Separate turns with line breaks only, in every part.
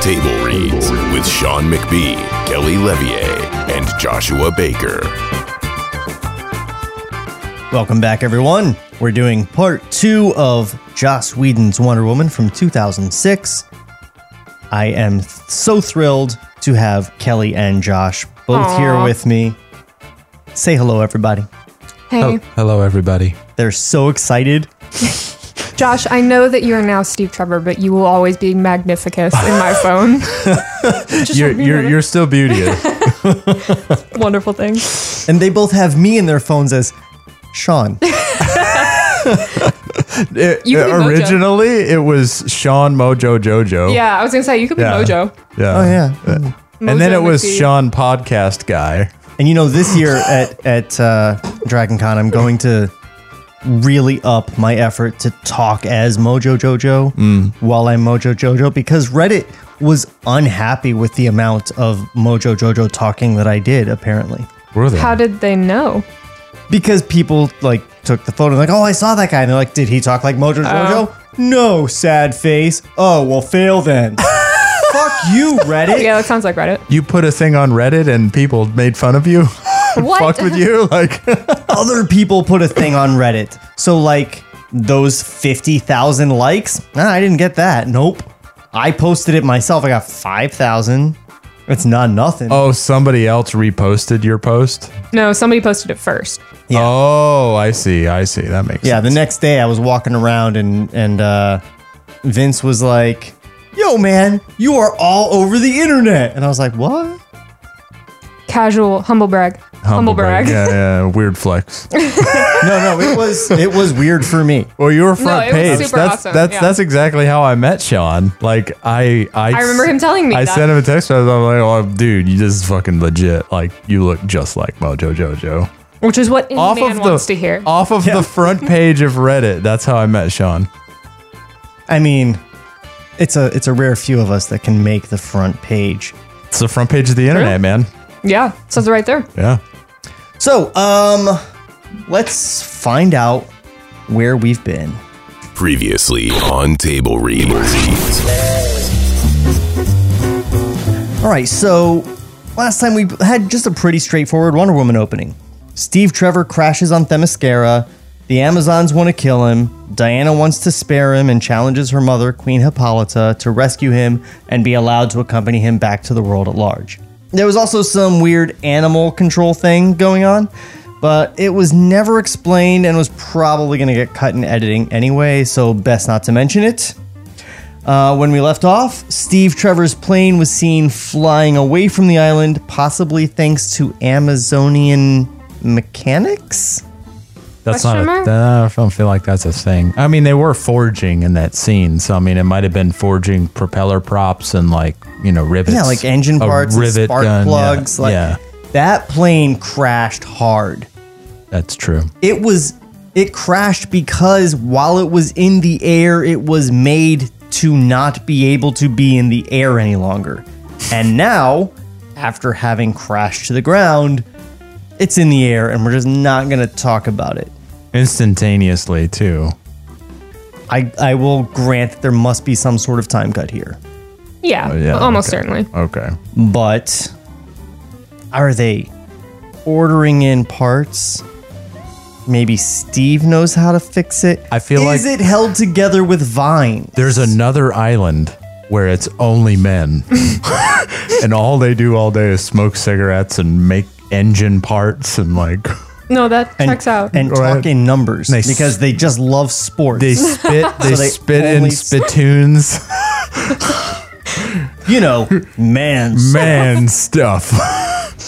Table Reads with Sean McBee, Kelly Levier, and Joshua Baker.
Welcome back, everyone. We're doing part two of Joss Whedon's Wonder Woman from 2006. I am th- so thrilled to have Kelly and Josh both here with me. Say hello, everybody.
Hey,
Oh, Hello, everybody.
They're so excited.
Josh, I know that you are now Steve Trevor, but you will always be magnificus in my phone. Just
You're
like me,
you're
brother.
you're still beauteous.
wonderful thing.
And they both have me in their phones as Sean.
It-
You could be Mojo.
originally, it was Sean Mojo Jojo.
Yeah, I was gonna say you could be
Yeah.
Mojo.
Yeah.
Oh, yeah.
And then
Mojo
it was
McPhee.
Sean Podcast Guy.
And you know, this year at at uh, Dragon Con, I'm going to really up my effort to talk as Mojo Jojo while I'm Mojo Jojo because Reddit was unhappy with the amount of Mojo Jojo talking that I did apparently
Were they?
How did they know?
because people like took the photo like oh I saw that guy and they're like did he talk like Mojo Jojo? No, sad face. Oh well, fail then. Fuck you, Reddit.
Yeah, that sounds like Reddit.
you put a thing on Reddit and people made fun of you?
What?
Fucked with you? Like,
other people put a thing on Reddit. So like those 50,000 likes, nah, I didn't get that. Nope. I posted it myself. I got 5,000. It's not nothing.
oh, somebody else reposted your post?
No, somebody posted it first.
Yeah.
Oh, I see. I see. That makes
yeah, the
sense.
next day I was walking around and and uh Vince was like, "Yo man, you are all over the internet." And I was like, "What?"
Casual, humble brag, humble brag.
Yeah, yeah. Weird flex.
No, no, it was it was weird for me.
Well, you were front
it was
page.
super
that's
awesome,
that's
yeah.
that's exactly how I met Sean. Like I I,
I remember him telling me
I
that.
sent him a text message. I'm like, oh, dude, you this is fucking legit. Like you look just like Mojo Jojo.
Which is what any
Off
man
of the
wants to hear.
off of the front page of Reddit. That's how I met Sean.
I mean, it's a it's a rare few of us that can make the front page.
It's the front page of the internet, man.
yeah, says it right there.
Yeah.
So, um, let's find out where we've been.
Previously on Table Reads.
All right, so last time we had just a pretty straightforward Wonder Woman opening. Steve Trevor crashes on Themyscira. The Amazons want to kill him. Diana wants to spare him and challenges her mother, Queen Hippolyta, to rescue him and be allowed to accompany him back to the world at large. There was also some weird animal control thing going on, but it was never explained and was probably going to get cut in editing anyway, so best not to mention it. Uh, when we left off, Steve Trevor's plane was seen flying away from the island, possibly thanks to Amazonian mechanics.
That's
Question
not.
mark?
A, I don't feel like that's a thing. I mean, they were forging in that scene, so I mean, it might have been forging propeller props and like you know rivets.
Yeah, like engine
a
parts, and
rivet
spark
gun, yeah,
plugs. Like
yeah,
that plane crashed hard.
that's true.
It was it crashed because while it was in the air, it was made to not be able to be in the air any longer. And now, after having crashed to the ground, it's in the air and we're just not going to talk about it.
instantaneously too.
I, I will grant that there must be some sort of time cut here,
Yeah,
Oh, yeah,
almost
okay.
certainly.
Okay.
but are they ordering in parts? Maybe Steve knows how to fix it.
I feel like-
is it held together with vine?
There's another island where it's only men. and all they do all day is smoke cigarettes and make engine parts and like
No, that
and,
checks out.
and
Right.
talk in numbers
They s-
because they just love sports.
they spit they,
they
spit
only
in
s-
spittoons.
you know, man,
Man stuff.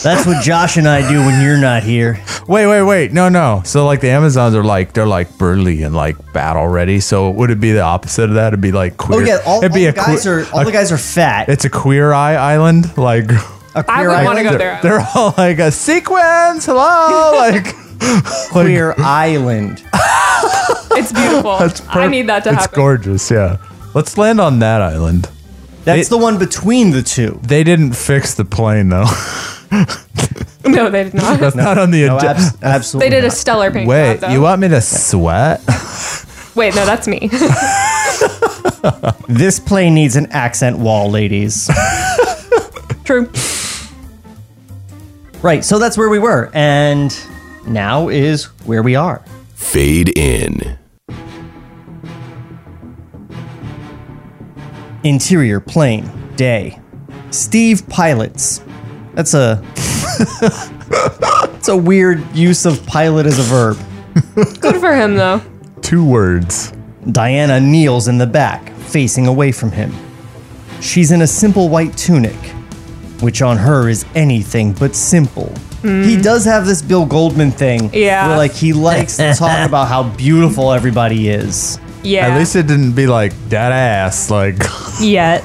That's what Josh and I do when you're not here.
Wait, wait, wait. No, no. So like the Amazons are like they're like burly and like battle ready. So would it be the opposite of that? It'd be like
Oh
queer.
yeah, all, all
It'd be
the guys
que-
are all
a-
the guys are fat.
It's a queer eye island. Like
a
I
queer
would
eye-
wanna go
they're,
there.
they're all like a sequence. Hello, like like,
queer island.
It's beautiful. I
per-
need that to
It's
happen.
gorgeous. Yeah. Let's land on that island.
That's the one between the two.
They didn't fix the plane though.
No, they did not.
That's not on the
No,
agenda.
Oh, abs- absolutely.
They did a
not.
stellar paint job.
Wait,
Though.
you want me to sweat?
Wait, no, that's me.
This play needs an accent wall, ladies.
True.
right, so that's where we were, and now is where we are.
Fade in.
Interior plane, day. Steve pilots. That's a. It's a weird use of pilot as a verb.
Good for him though.
Two words.
Diana kneels in the back, facing away from him. She's in a simple white tunic, which on her is anything but simple. He does have this Bill Goldman thing.
Yeah.
Where, like, he likes to talk about how beautiful everybody is.
Yeah.
At least it didn't be like that ass. Like
yet.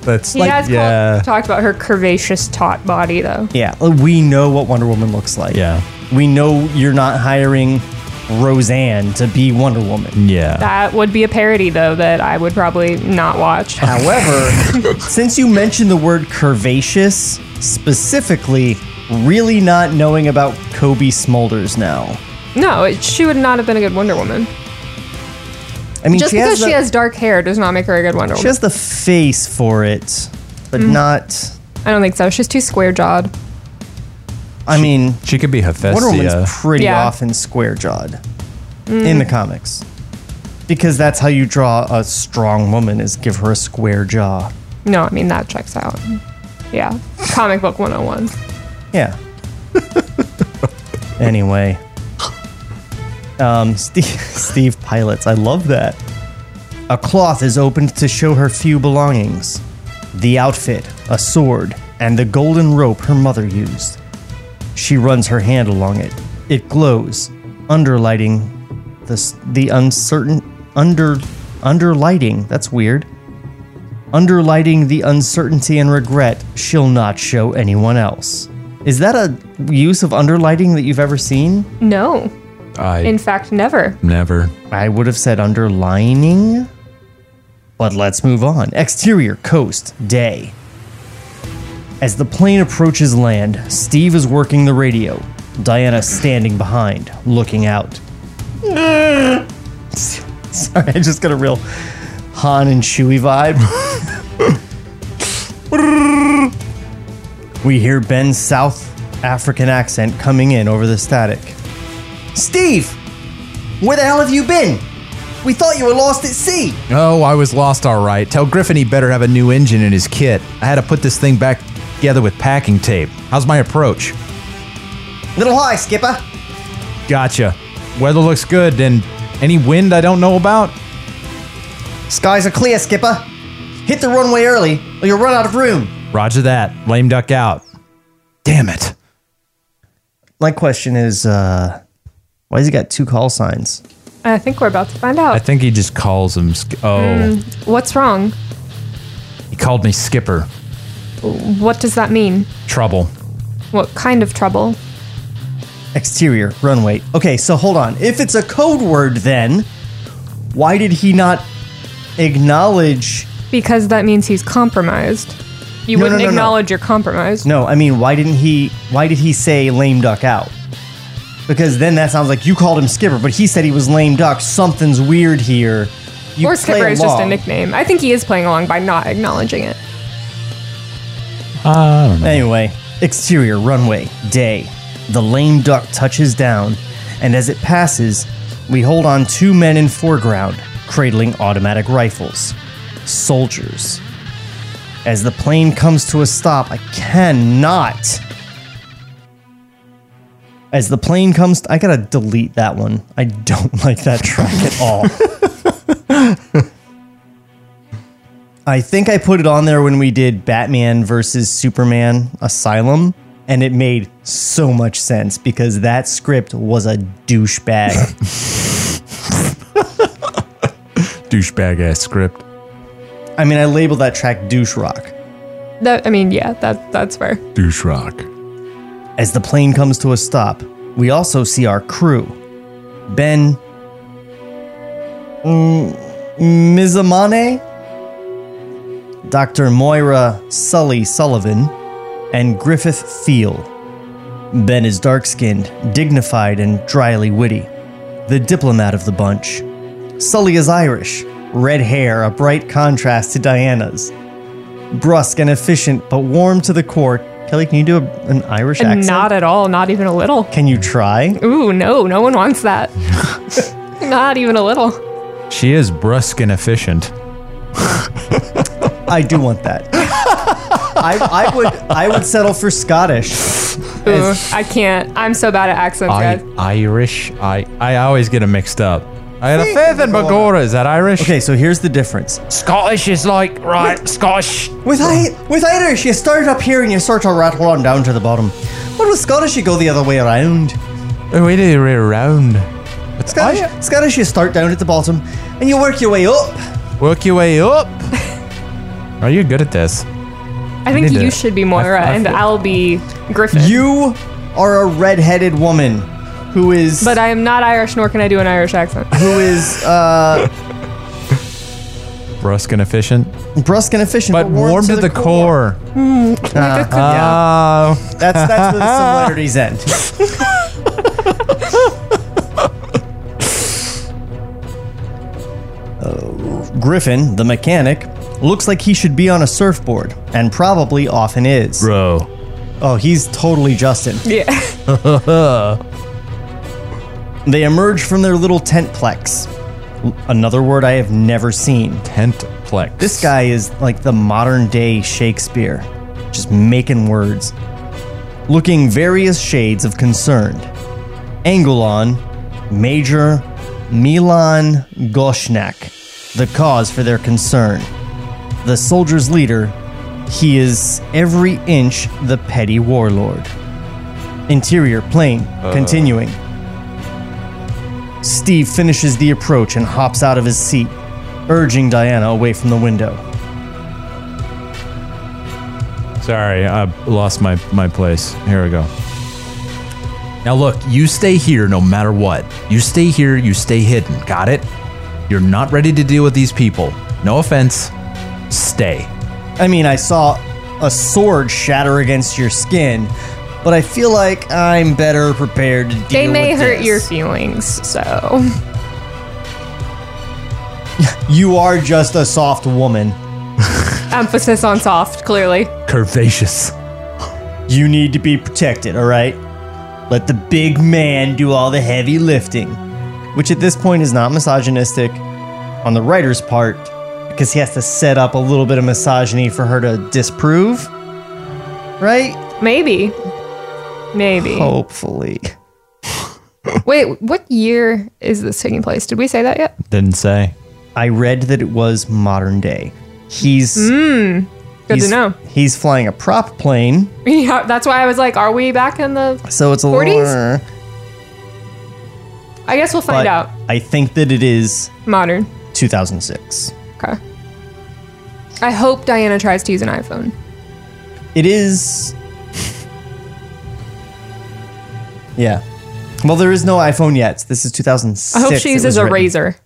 that's
He
like
has called-
yeah,
talked about her curvaceous taut body though.
Yeah. We know what Wonder Woman looks like.
yeah,
We know you're not hiring Roseanne to be Wonder Woman.
yeah.
That would be a parody though that I would probably not watch.
Uh, However, since you mentioned the word curvaceous, specifically, really not knowing about Kobe Smulders now.
no, it, she would not have been a good Wonder Woman.
I mean,
Just
she
because
has the,
she has dark hair does not make her a good Wonder
she
Woman.
has the face for it, but
Mm.
not.
I don't think so. She's too square jawed.
I mean,
She uh, could be Hephaestia.
Wonder Woman's pretty
Yeah. Mm.
often square jawed in the comics because that's how you draw a strong woman is give her a square jaw.
No, I mean that checks out. Yeah. Comic book 101.
Yeah. anyway, um, Steve, Steve pilots. I love that. A cloth is opened to show her few belongings: the outfit, a sword, and the golden rope her mother used. She runs her hand along it. It glows, underlighting the s- the uncertain under underlighting. That's weird. Underlighting the uncertainty and regret she'll not show anyone else. Is that a use of underlighting that you've ever seen?
No.
I
In fact, never.
never.
I would have said underlining. But let's move on. Exterior coast, day. As the plane approaches land, Steve is working the radio. Diana standing behind, looking out. Sorry, I just got a real Han and Chewie vibe. we hear Ben's South African accent coming in over the static. Steve! Where the hell have you been? We thought you were lost at sea.
Oh, I was lost. All right. Tell Griffin he better have a new engine in his kit. I had to put this thing back together with packing tape. How's my approach?
Little high, skipper.
Gotcha. Weather looks good, and any wind I don't know about.
Skies are clear, skipper. Hit the runway early or you'll run out of room.
Roger that. Lame duck out. Damn it.
My question is uh why has he got two call signs?
I think we're about to find out.
I think he just calls him. Sk- oh,
Mm. What's wrong?
he called me Skipper.
What does that mean?
Trouble.
What kind of trouble?
Exterior, runway. Okay, so hold on. If it's a code word then, why did he not acknowledge
Because that means he's compromised. You
No, no,
wouldn't
no, no.
acknowledge you're compromised.
No, I mean why didn't he why did he say lame duck out? Because then that sounds like you called him skipper, but he said he was lame duck. Something's weird here. You
or
play
Skipper is just a
along.
nickname. I think he is playing along by not acknowledging it.
Anyway, exterior runway, day. The lame duck touches down, and as it passes, we hold on two men in foreground, cradling automatic rifles. Soldiers. As the plane comes to a stop, I cannot. As the plane comes, I gotta delete that one. I don't like that track at all. I think I put it on there when we did Batman versus Superman Asylum, And it made so much sense because that script was a douchebag.
Douchebag ass script.
I mean, I labeled that track douche rock.
That I mean, yeah, that that's fair.
Douche rock.
As the plane comes to a stop, we also see our crew. Ben. Mm, Mizamane? Dr. Moira Sully Sullivan, and Griffith Thiel. Ben is dark skinned, dignified, and dryly witty, the diplomat of the bunch. Sully is Irish, red hair a bright contrast to Diana's. Brusque and efficient, but warm to the core. Kelly, can you do a, an Irish accent?
Not at all. Not even a little.
Can you try?
Ooh, no, no one wants that. not even a little.
She is brusque and efficient.
I do want that. I, I would I would settle for Scottish.
Ooh, I can't. I'm so bad at accents,
I,
guys.
Irish. I, I always get them mixed up. I had a faith in Bagora. Is that Irish?
Okay, so here's the difference.
Scottish is like, right, Scottish.
With I, with Irish, you start up here and you sort of rattle on down to the bottom. But with Scottish, you go the other way around.
The way they were around. It's
Scottish,
Irish.
Scottish, you start down at the bottom and you work your way up.
Work your way up. Are you good at this?
I think
need to-
you should be Moira,
I- I
and
feel-
I'll be Griffin.
You are a redheaded woman who is
But I am not Irish, nor can I do an Irish accent.
who is uh,
Brusque and efficient.
brusque and efficient,
But
but,
warm, to, the, core.
Uh,
Ah,
That's that's where the similarities end. Uh, Griffin, the mechanic, looks like he should be on a surfboard, and probably often is.
bro.
Oh, he's totally Justin.
yeah.
They emerge from their little tentplex. L- Another word I have never seen.
Tentplex.
This guy is like the modern day Shakespeare, just making words. Looking various shades of concerned. Angulon, Major Milan Goshnak, the cause for their concern. The soldier's leader, he is every inch the petty warlord. Interior plane, continuing. Steve finishes the approach and hops out of his seat, urging Diana away from the window.
Sorry, I lost my, my place. Here we go. Now, look, you stay here no matter what. You stay here, you stay hidden. Got it? You're not ready to deal with these people. No offense. Stay.
I mean, I saw a sword shatter against your skin, but I feel like I'm better prepared to deal with
They may hurt
this.
your feelings, so
You are just a soft woman.
emphasis on soft, clearly.
Curvaceous.
You need to be protected, all right? Let the big man do all the heavy lifting, which at this point is not misogynistic on the writer's part because he has to set up a little bit of misogyny for her to disprove, right?
Maybe. Maybe.
Oh. Hopefully.
Wait, what year is this taking place? Did we say that yet?
Didn't say.
I read that it was modern day. He's
Hmm. Good
he's,
to know.
He's flying a prop plane,
Yeah, that's why I was like, are we back in the.
so it's a
40s?
little.
I guess we'll find
But
out.
I think that it is
Modern.
2006.
Okay. I hope Diana tries to use an iPhone.
It is. yeah. Well, there is no iPhone yet. This is 2006.
I hope she
it
uses
was
a
written.
razor.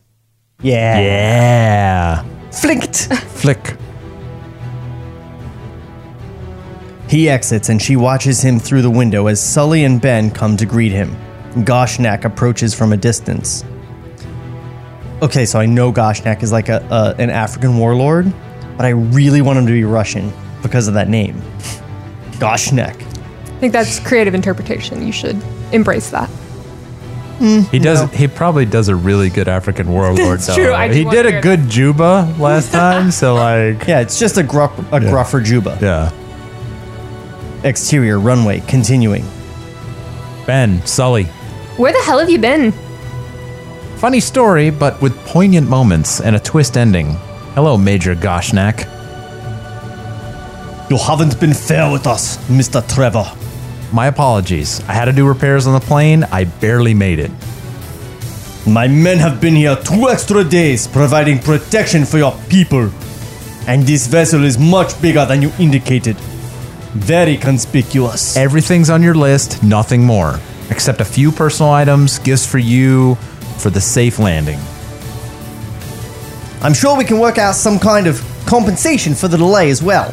Yeah.
Yeah.
Flicked.
Flick.
He exits and she watches him through the window as Sully and Ben come to greet him. Goshnak approaches from a distance. Okay, so I know Goshnak is like a, a an African warlord, but I really want him to be Russian because of that name. Goshnak.
I think that's creative interpretation. You should embrace that.
He does. He probably does a really good African warlord.
That's true, I do
he
wanna
did a
hear
good Juba last time. So like,
Yeah, it's just a gruff a gruffer Juba.
yeah.
Exterior runway continuing.
Ben Sully.
Where the hell have you been?
Funny story, but with poignant moments and a twist ending. Hello, Major Goshnak.
You haven't been fair with us, Mr. Trevor.
My apologies. I had to do repairs on the plane. I barely made it.
My men have been here two extra days providing protection for your people. And this vessel is much bigger than you indicated. Very conspicuous.
Everything's on your list, nothing more. Except a few personal items, gifts for you, for the safe landing.
I'm sure we can work out some kind of compensation for the delay as well.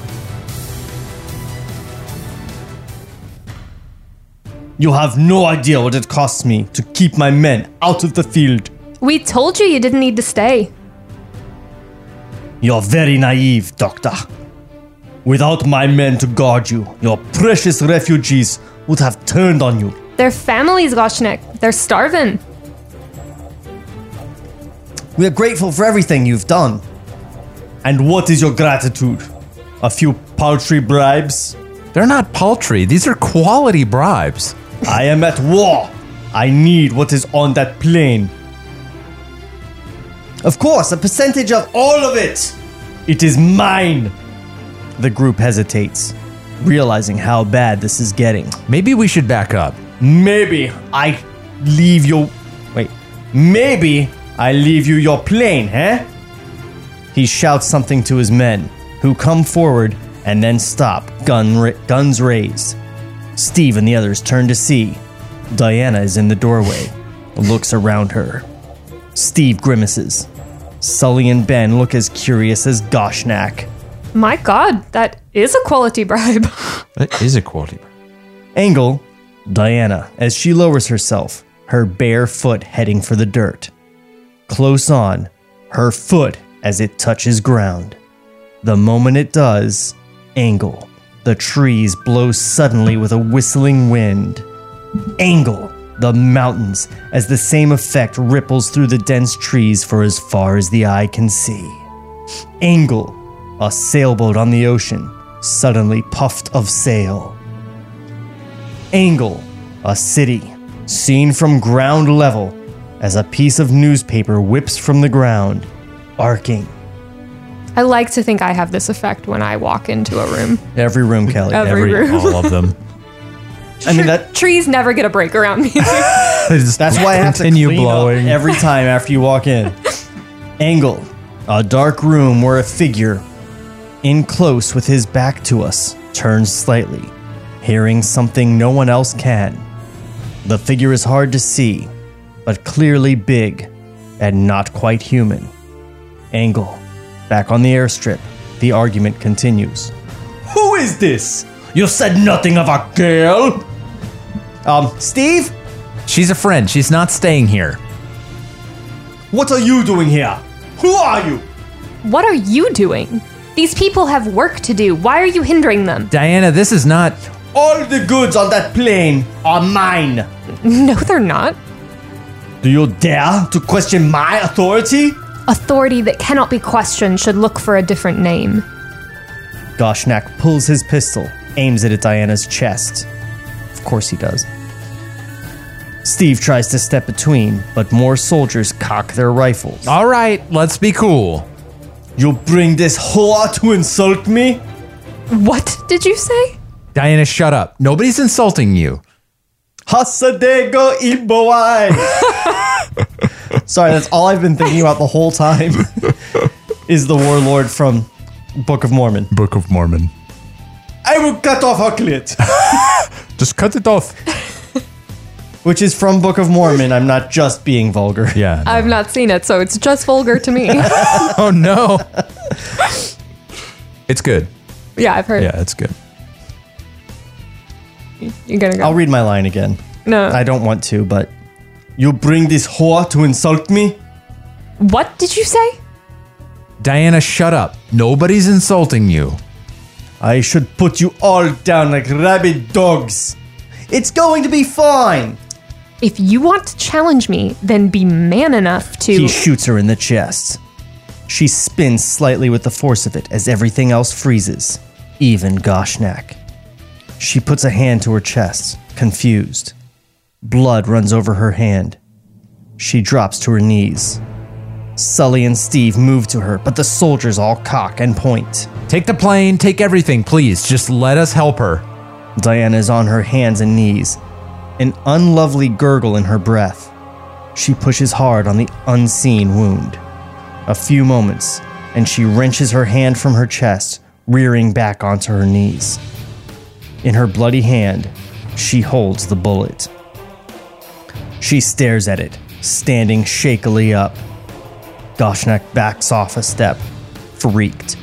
You have no idea what it costs me to keep my men out of the field.
We told you you didn't need to stay.
You're very naive, Doctor. Without my men to guard you, your precious refugees would have turned on you.
Their families, Goshnek. They're starving.
We are grateful for everything you've done. And what is your gratitude? A few paltry bribes?
They're not paltry, these are quality bribes.
I am at war. I need what is on that plane. Of course, a percentage of all of it. It is mine. The group hesitates, realizing how bad this is getting.
Maybe we should back up.
Maybe I leave you. Wait. Maybe I leave you your plane, huh? He shouts something to his men, who come forward and then stop, gun ra- guns raised. Steve and the others turn to see. Diana is in the doorway, looks around her. Steve grimaces. Sully and Ben look as curious as Goshnak.
My God, that is a quality bribe.
That is a quality bribe.
Angle, Diana, as she lowers herself, her bare foot heading for the dirt. Close on, her foot as it touches ground. The moment it does, angle. The trees blow suddenly with a whistling wind. Angle, the mountains, as the same effect ripples through the dense trees for as far as the eye can see. Angle, a sailboat on the ocean, suddenly puffed of sail. Angle, a city, seen from ground level as a piece of newspaper whips from the ground, arcing.
I like to think I have this effect when I walk into a room.
Every room, Kelly.
Every room.
all of them.
I mean, that,
Trees never get a break around me.
that's why I have to
Continue
clean up
blowing.
every time after you walk in. Angle, a dark room where a figure, in close with his back to us, turns slightly, hearing something no one else can. The figure is hard to see, but clearly big and not quite human. Angle, back on the airstrip, the argument continues. Who is this? You said nothing of a girl. Um, Steve,
She's a friend. She's not staying here.
what are you doing here? Who are you?
what are you doing? These people have work to do. Why are you hindering them?
Diana, this is not.
All the goods on that plane are mine.
No, they're not.
Do you dare to question my authority?
Authority that cannot be questioned should look for a different name.
Goshnak pulls his pistol, aims it at Diana's chest. Of course he does. Steve tries to step between, but more soldiers cock their rifles.
All right, let's be cool.
You bring this whore to insult me?
What did you say?
Diana, shut up. Nobody's insulting you.
Hasadego Iboai. Sorry, that's all I've been thinking about the whole time. is the warlord from Book of Mormon?
Book of Mormon.
I will cut off her clit,
Just cut it off.
which is from Book of Mormon. I'm not just being vulgar.
Yeah.
I've not seen it, so it's just vulgar to me.
oh, no. it's good.
yeah, I've heard.
Yeah, it's good.
You're gonna go.
I'll read my line again.
no.
I don't want to, but you bring this whore to insult me.
what did you say?
Diana, shut up. Nobody's insulting you.
I should put you all down like rabid dogs. It's going to be fine.
If you want to challenge me, then be man enough to.
He shoots her in the chest. She spins slightly with the force of it as everything else freezes, even Goshnak. She puts a hand to her chest, confused. Blood runs over her hand. She drops to her knees. Sully and Steve move to her, but the soldiers all cock and point.
Take the plane, take everything, please. Just let us help her.
Diana is on her hands and knees, an unlovely gurgle in her breath. She pushes hard on the unseen wound. A few moments, and she wrenches her hand from her chest, rearing back onto her knees. In her bloody hand, she holds the bullet. She stares at it, standing shakily up. Goshnak backs off a step, freaked.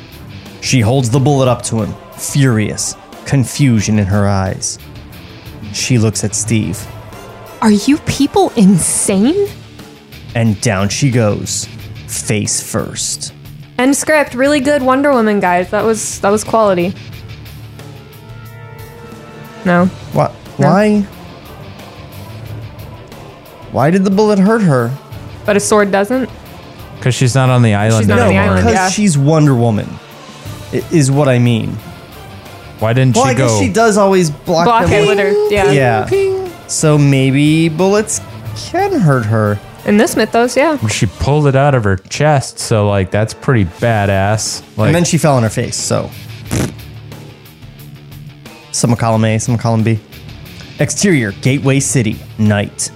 She holds the bullet up to him, furious, confusion in her eyes. She looks at Steve,
Are you people insane?
and down she goes, face first.
End script, really good Wonder Woman, guys. That was that was quality. No,
What? Why? Why did the bullet hurt her?
but a sword doesn't.
Because she's not on the island
not on the
anymore.
island.
because
yeah.
she's Wonder Woman, i- is what I mean.
Why didn't
Well,
she
I
go?
guess she does always block,
Block
them.
it with her. Yeah.
Yeah. So maybe bullets can hurt her.
In this mythos, yeah.
she pulled it out of her chest, so like that's pretty badass. Like,
and then she fell on her face, so. Some are column A, some are column B. Exterior, Gateway City, night.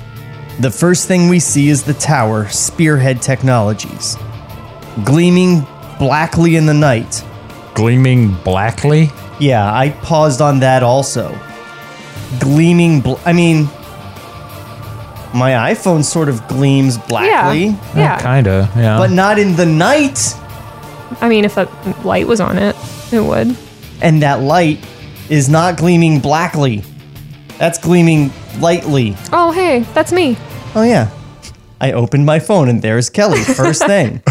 The first thing we see is the tower, Spearhead Technologies. Gleaming blackly in the night.
gleaming blackly.
Yeah, I paused on that also. Gleaming, bl- I mean, my iPhone sort of gleams blackly,
Yeah. Yeah.
Kinda, yeah.
but not in the night.
I mean, if a light was on it, it would.
and that light is not gleaming blackly. That's gleaming lightly.
Oh, hey, that's me.
Oh yeah. I opened my phone and there's Kelly first thing.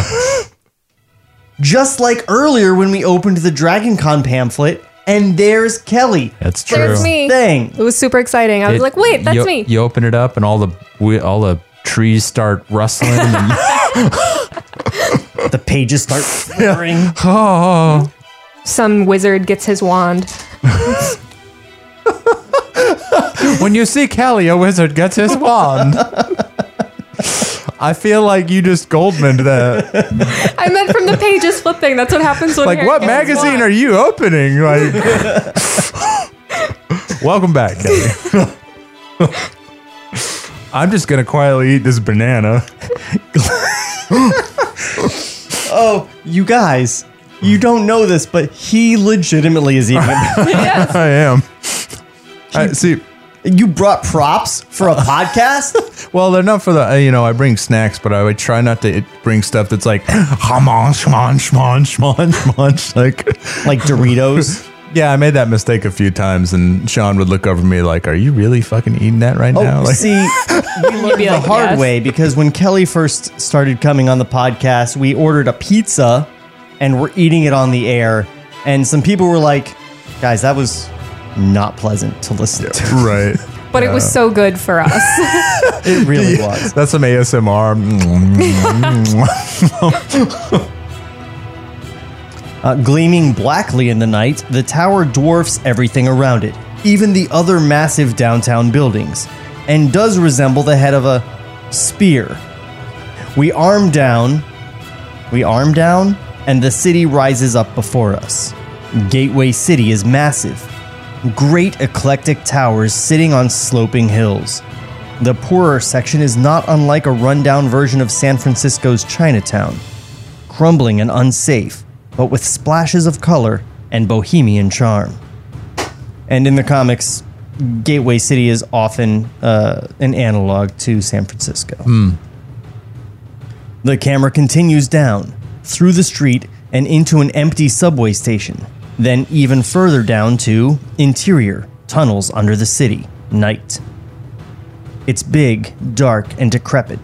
Just like earlier when we opened the Dragon Con pamphlet and there's Kelly
that's true.
There's me.
thing.
It was super exciting. I was
It-
like, wait, that's
you,
me.
You open it up, and all the we, all the trees start rustling. and,
The pages start flickering.
oh,
Some wizard gets his wand.
when you see Kelly, a wizard gets his wand. I feel like you just Goldmaned that.
I meant from the pages flipping. That's what happens when.
Like,
Harry
what
gets his
magazine
wand.
are you opening? Like, welcome back, Kelly. I'm just gonna quietly eat this banana.
Oh, you guys, you don't know this, but he legitimately is eating it.
I am. I see.
you brought props for a podcast?
Well, they're not for the, uh, you know, I bring snacks, but I would try not to bring stuff that's like, hamon, shmon, shmon, shmon, shmon. Like,
Like Doritos.
yeah, I made that mistake a few times, and Sean would look over me like, are you really fucking eating that right
Oh,
now? Like,
see, we learned
be
the
like,
hard
yes.
way because when Kelly first started coming on the podcast, we ordered a pizza and we're eating it on the air, and some people were like, "Guys, that was not pleasant to listen to.
right.
But it was so good for us.
It really was."
That's some ASMR.
Uh, gleaming blackly in the night, the tower dwarfs everything around it, even the other massive downtown buildings, and does resemble the head of a spear. We arm down, we arm down, and the city rises up before us. Gateway City is massive. Great eclectic towers sitting on sloping hills. The poorer section is not unlike a rundown version of San Francisco's Chinatown crumbling and unsafe, but with splashes of color and bohemian charm. And in the comics, Gateway City is often uh, an analog to San Francisco. The camera continues down, through the street, and into an empty subway station, then even further down to interior, tunnels under the city, night. It's big, dark, and decrepit,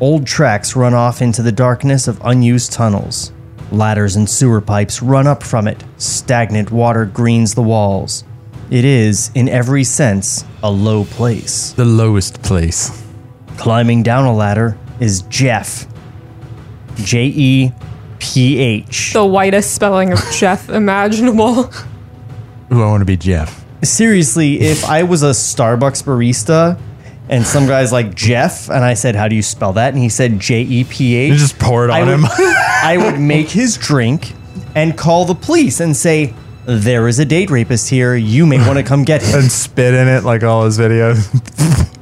Old tracks run off into the darkness of unused tunnels. Ladders and sewer pipes run up from it. Stagnant water greens the walls. It is, in every sense, a low place.
the lowest place.
Climbing down a ladder is Jeff. J E P H.
the whitest spelling of Jeff imaginable.
Ooh, I want to be Jeff.
Seriously, if I was a Starbucks barista and some guy's like, Jeff, and I said, How do you spell that? And he said, J E P H.
You just pour it on
I
him.
would, I would make his drink and call the police and say, there is a date rapist here. You may want to come get him.
and spit in it like all his videos.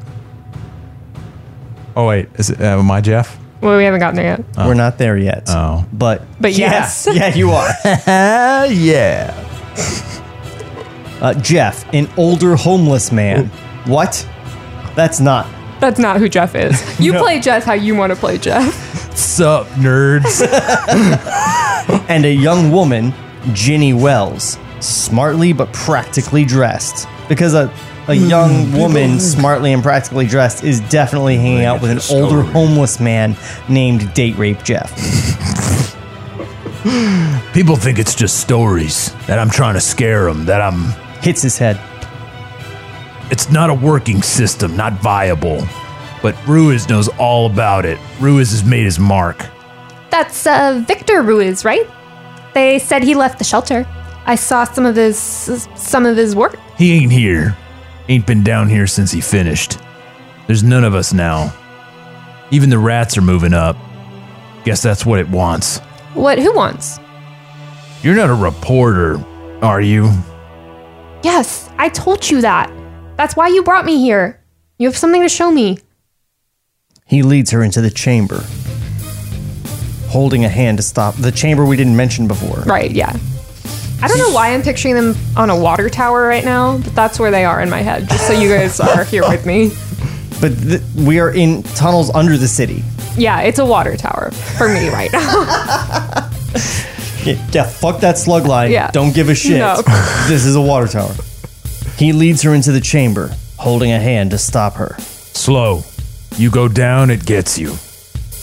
oh wait, is it, uh, am I Jeff?
Well, we haven't gotten there yet.
We're not there yet.
Oh.
But
But
Yeah.
yes.
yeah, you are.
Uh, yeah.
Uh, Jeff, an older homeless man. What? That's not.
That's not who Jeff is. You play Jeff how you want to play Jeff.
Sup, Oh, nerds?
And a young woman, Ginny Wells, smartly but practically dressed. Because a, a young woman, smartly and practically dressed, is definitely hanging out with
Bring
an
it to the
older
story.
homeless man named Date Rape Jeff.
People think it's just stories that I'm trying to scare them. That I'm.
Hits his head.
It's not a working system, not viable. But Ruiz knows all about it. Ruiz has made his mark.
That's uh, Victor Ruiz, right? They said he left the shelter. I saw some of his some of his work.
He ain't here. Ain't been down here since he finished. There's none of us now. Even the rats are moving up. Guess that's what it wants.
What? Who wants?
You're not a reporter, are you?
Yes, I told you that. That's why you brought me here. You have something to show me.
He leads her into the chamber, holding a hand to stop the chamber we didn't mention before.
Right? Yeah. I don't know why I'm picturing them on a water tower right now, but that's where they are in my head. Just so you guys are here with me.
But th- we are in tunnels under the city.
Yeah, it's a water tower for me right now.
Yeah, yeah, fuck that slug line.
Yeah.
Don't give a shit.
No.
this is a water tower. He leads her into the chamber, holding a hand to stop her.
Slow. You go down, it gets you.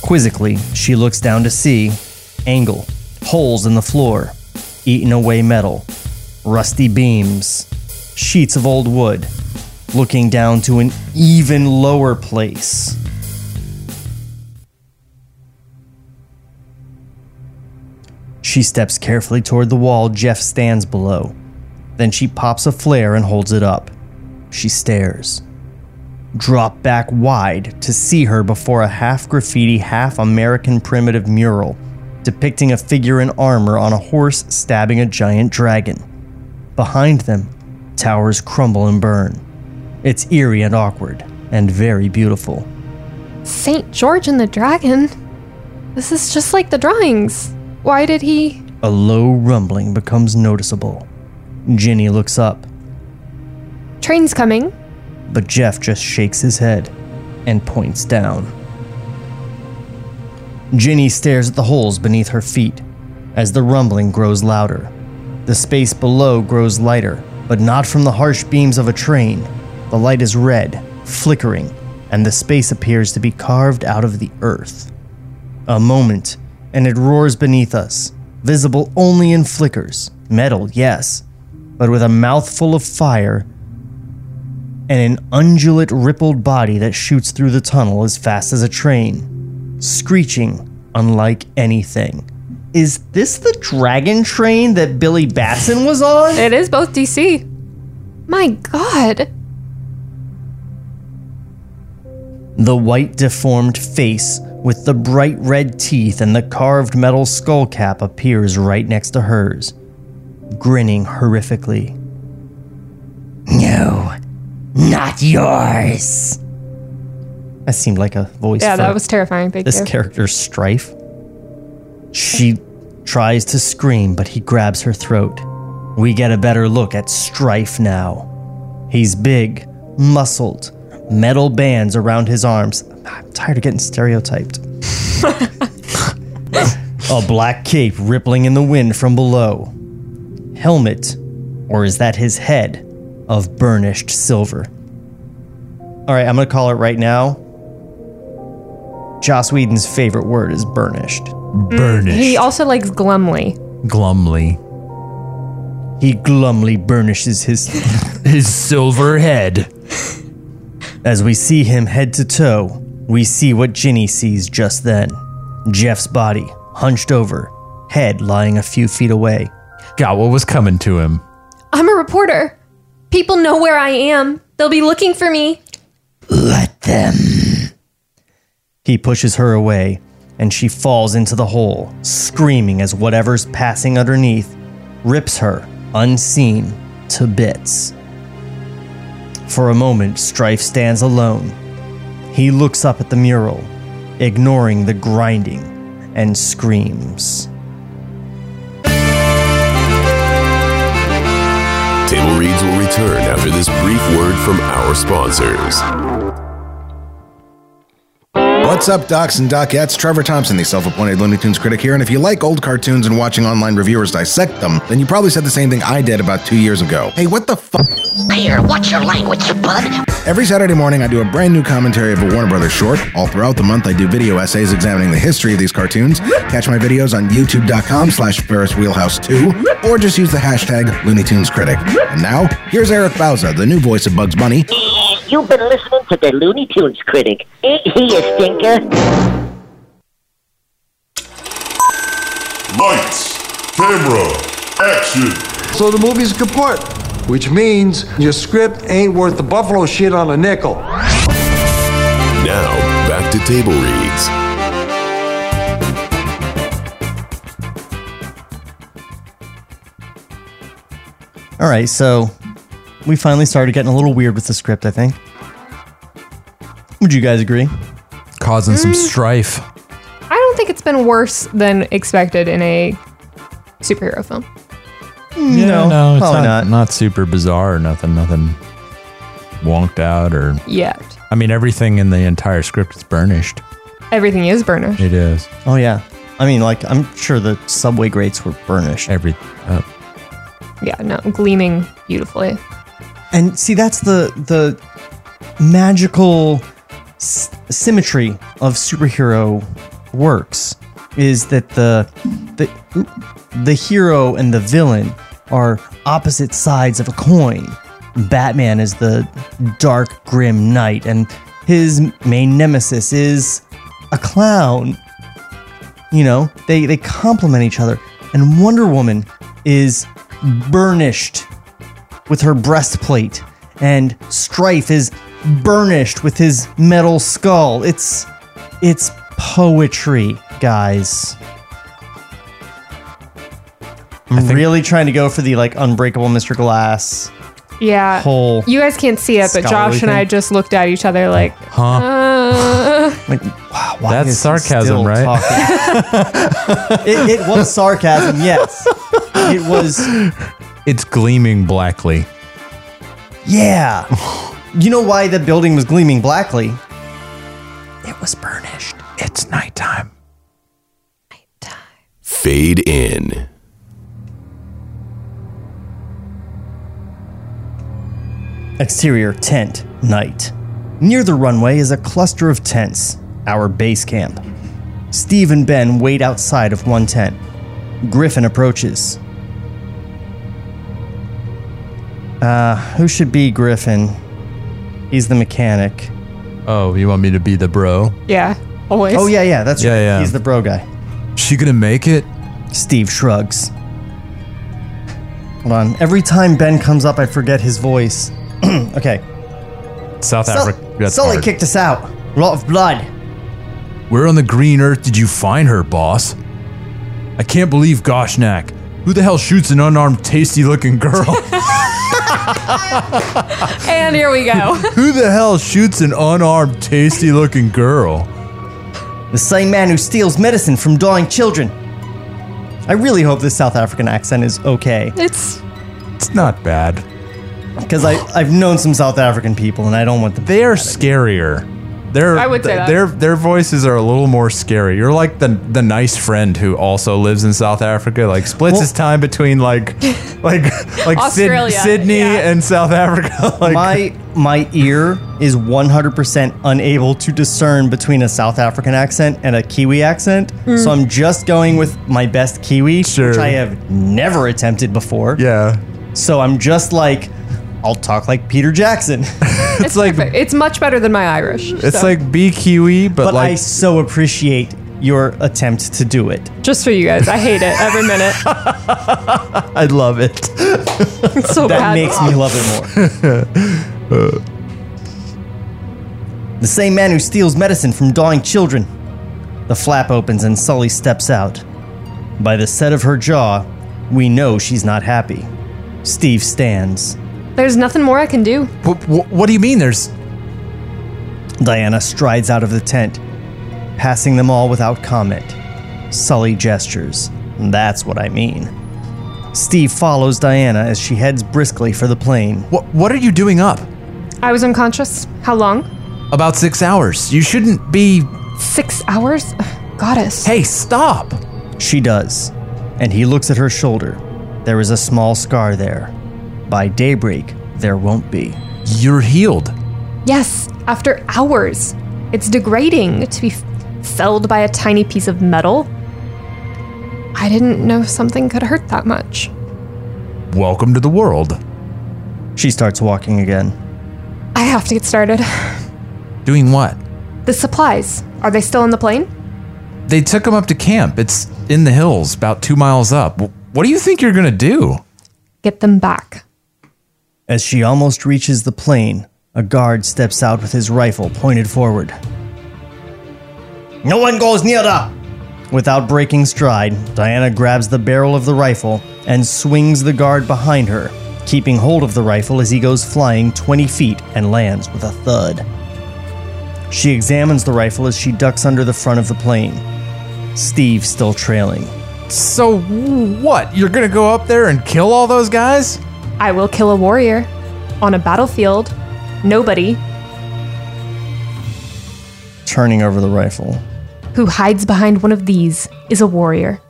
Quizzically, she looks down to see angle, holes in the floor, eaten away metal, rusty beams, sheets of old wood, looking down to an even lower place. She steps carefully toward the wall Jeff stands below. Then she pops a flare and holds it up. She stares drop back wide to see her before a half graffiti, half American primitive mural depicting a figure in armor on a horse stabbing a giant dragon. Behind them, towers crumble and burn. It's eerie and awkward, and very beautiful.
Saint George and the Dragon. This is just like the drawings. Why did he?
A low rumbling becomes noticeable. Ginny looks up,
Train's coming.
but Jeff just shakes his head and points down. Ginny stares at the holes beneath her feet as the rumbling grows louder. The space below grows lighter, but not from the harsh beams of a train. The light is red, flickering, and the space appears to be carved out of the earth. A moment, and it roars beneath us, visible only in flickers. Metal, yes, but with a mouthful of fire and an undulate rippled body that shoots through the tunnel as fast as a train, screeching unlike anything. Is this the dragon train that Billy Batson was on?
It is both DC. My God.
The white, deformed face with the bright red teeth and the carved metal skull cap appears right next to hers, grinning horrifically. No, not yours. That seemed like a voice.
Yeah,
for-
that was terrifying. Thank
this
you.
character's strife. She tries to scream, but he grabs her throat. We get a better look at Strife now. He's big, muscled, metal bands around his arms. I'm tired of getting stereotyped. a black cape rippling in the wind from below. Helmet, or is that his head, of burnished silver. All right, I'm going to call it right now. Joss Whedon's favorite word is burnished.
Burnish.
he also likes Glumly.
Glumly.
He glumly burnishes his
His silver head.
As we see him head to toe, we see what Ginny sees just then Jeff's body, hunched over, head lying a few feet away.
God, what was coming to him?
I'm a reporter. People know where I am. They'll be looking for me.
Let them. He pushes her away, and she falls into the hole, screaming as whatever's passing underneath rips her, unseen, to bits. For a moment, Strife stands alone. He looks up at the mural, ignoring the grinding, and screams.
Table Reads will return after this brief word from our sponsors.
What's up, docs and docettes? Trevor Thompson, the self appointed Looney Tunes critic here. And if you like old cartoons and watching online reviewers dissect them, then you probably said the same thing I did about two years ago. Hey, what the fuck?
Here, watch your language, you bud.
Every Saturday morning, I do a brand new commentary of a Warner Brothers short. All throughout the month, I do video essays examining the history of these cartoons. Catch my videos on youtube.com slash Ferris Wheelhouse 2, or just use the hashtag Looney Tunes Critic. And now, here's Eric Bauza, the new voice of Bugs Bunny,
You've been listening to the Looney Tunes critic. Ain't he a stinker?
Lights, camera, action.
So the movie's kaput, which means your script ain't worth the buffalo shit on a nickel.
Now, back to Table Reads.
All right, so we finally started getting a little weird with the script, I think. Would you guys agree?
Causing
Mm.
some strife.
I don't think it's been worse than expected in a superhero film.
no,
it's
probably
not,
not.
super bizarre or nothing. Nothing wonked out or.
Yet
I mean, everything in the entire script is burnished.
everything is burner.
It is
Oh, yeah. I mean, like, I'm sure the subway grates were burnished.
every. Uh,
Yeah, no, gleaming beautifully.
and see that's the the magical s- symmetry of superhero works is that the the the hero and the villain are opposite sides of a coin. Batman is the dark grim knight and his main nemesis is a clown. You know, they they complement each other and Wonder Woman is burnished with her breastplate, and Strife is burnished with his metal skull. It's it's poetry, guys. I'm really trying to go for the like unbreakable Mr. Glass.
Yeah.
Whole-
you guys can't see it, but
scholarly
Josh and
thing.
I just looked at each other like, huh?
Like, wow, why
That's
is he
sarcasm,
still
right?
talking? it, it was sarcasm, yes. It was
it's gleaming blackly.
Yeah. you know why the building was gleaming blackly? It was burnished.
It's nighttime.
Fade in.
Exterior tent, night. Near the runway is a cluster of tents, our base camp. Steve and Ben wait outside of one tent. Griffin approaches. Uh, who should be Griffin? He's the mechanic.
Oh, you want me to be the bro?
yeah, always.
Oh, yeah, yeah, that's
Yeah,
right.
yeah.
He's the bro guy.
She gonna make it?
Steve shrugs. Hold on. Every time Ben comes up, I forget his voice. okay.
South
Sul-
Africa. that's
Sully
hard.
kicked us out. A lot of blood.
Where on the green earth did you find her, boss? I can't believe Goshnak. Who the hell shoots an unarmed, tasty looking girl?
And here we go.
Who the hell shoots an unarmed, tasty looking girl?
The same man who steals medicine from dying children. I really hope this South African accent is okay,
it's
It's not bad.
because I've known some South African people and I don't want the.
They are scarier. Their,
I would say that.
their their voices are a little more scary. You're like the the nice friend who also lives in South Africa, like splits
Well-
his time between like like like Syd-
Australia,
Sydney
yeah.
and South Africa. Like
My my ear is 100% unable to discern between a South African accent and a Kiwi accent, so I'm just going with my best Kiwi, which
Mm. Sure.
I have never attempted before.
yeah,
So I'm just like, I'll talk like Peter Jackson.
it's, like
perfect. It's much better than my Irish.
it's
so,
like be Kiwi, but,
but I
like
so appreciate your attempt to do it.
just for you guys, I hate it every minute.
I love it.
It's so
That
bad.
makes me love it more. the same man who steals medicine from dying children. The flap opens and Sully steps out. By the set of her jaw, we know she's not happy. Steve stands.
There's nothing more I can do.
Wh- wh- what do you mean there's.
Diana strides out of the tent, passing them all without comment. Sully gestures. That's what I mean. Steve follows Diana as she heads briskly for the plane.
What, what are you doing up?
I was unconscious. How long?
About six hours. You shouldn't be.
Six hours? Goddess.
Hey, stop!
She does, and he looks at her shoulder. There is a small scar there. By daybreak, there won't be.
You're healed.
Yes, after hours. It's degrading to be f- felled by a tiny piece of metal. I didn't know something could hurt that much.
Welcome to the world.
She starts walking again.
I have to get started.
Doing what?
The supplies, are they still in the plane?
They took him up to camp. It's in the hills, about two miles up. Wh- What do you think you're gonna do?
Get them back.
As she almost reaches the plane, a guard steps out with his rifle pointed forward. No one goes near her! Without breaking stride, Diana grabs the barrel of the rifle and swings the guard behind her, keeping hold of the rifle as he goes flying 20 feet and lands with a thud. She examines the rifle as she ducks under the front of the plane. Steve still trailing.
So, what? You're gonna go up there and kill all those guys?
I will kill a warrior. On a battlefield. Nobody
Turning over the rifle,
who hides behind one of these is a warrior.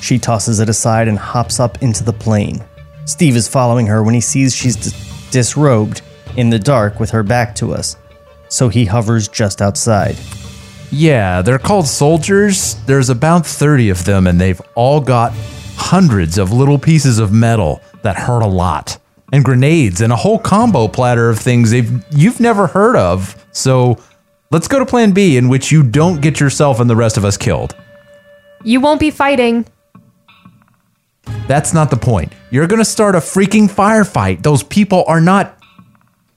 She tosses it aside and hops up into the plane. Steve is following her when he sees she's dis- disrobed in the dark with her back to us, so he hovers just outside.
Yeah, they're called soldiers. There's about 30 of them, and they've all got hundreds of little pieces of metal that hurt a lot, and grenades, and a whole combo platter of things they've you've never heard of. So, let's go to Plan B, in which you don't get yourself and the rest of us killed.
You won't be fighting.
That's not the point. You're gonna start a freaking firefight. Those people are not.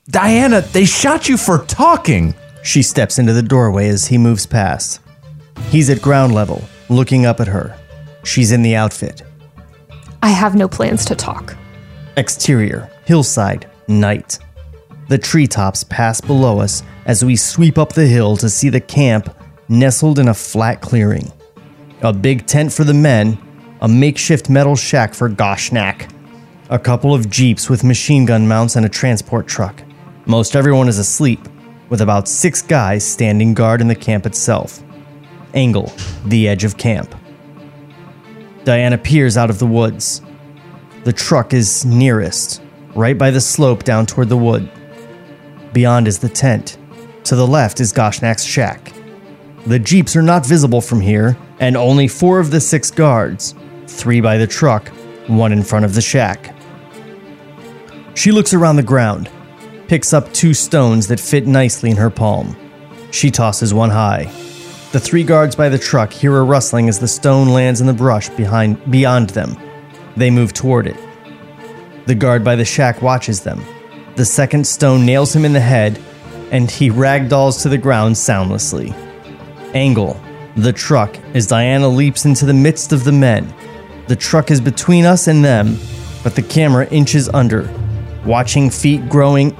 Diana, they shot you for talking.
She steps into the doorway as he moves past. He's at ground level, looking up at her. She's in the outfit.
I have no plans to talk.
Exterior, hillside, night. The treetops pass below us as we sweep up the hill to see the camp nestled in a flat clearing. A big tent for the men, a makeshift metal shack for Goshnak, a couple of jeeps with machine gun mounts and a transport truck. Most everyone is asleep, with about six guys standing guard in the camp itself. Angle, the edge of camp. Diana peers out of the woods. The truck is nearest, right by the slope down toward the wood. Beyond is the tent. To the left is Goshnak's shack. The jeeps are not visible from here, and only four of the six guards three by the truck, one in front of the shack. She looks around the ground, picks up two stones that fit nicely in her palm. She tosses one high. The three guards by the truck hear a rustling as the stone lands in the brush behind beyond them. They move toward it. The guard by the shack watches them. The second stone nails him in the head, and he ragdolls to the ground soundlessly. Angle, the truck, as Diana leaps into the midst of the men. The truck is between us and them, but the camera inches under, watching feet growing.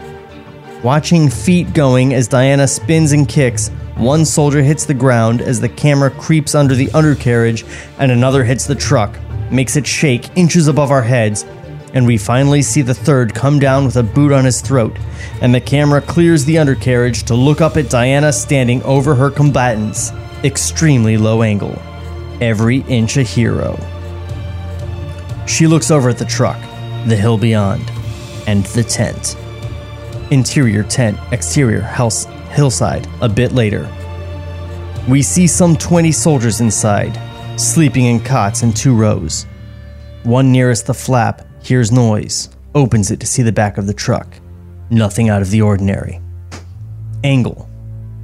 Watching feet going as Diana spins and kicks, one soldier hits the ground as the camera creeps under the undercarriage, and another hits the truck, makes it shake inches above our heads, and we finally see the third come down with a boot on his throat, and the camera clears the undercarriage to look up at Diana standing over her combatants. Extremely low angle. Every inch a hero. She looks over at the truck, the hill beyond, and the tent. Interior tent, exterior house, hillside, a bit later. We see some 20 soldiers inside, sleeping in cots in two rows. One nearest the flap hears noise, opens it to see the back of the truck. Nothing out of the ordinary. Angle.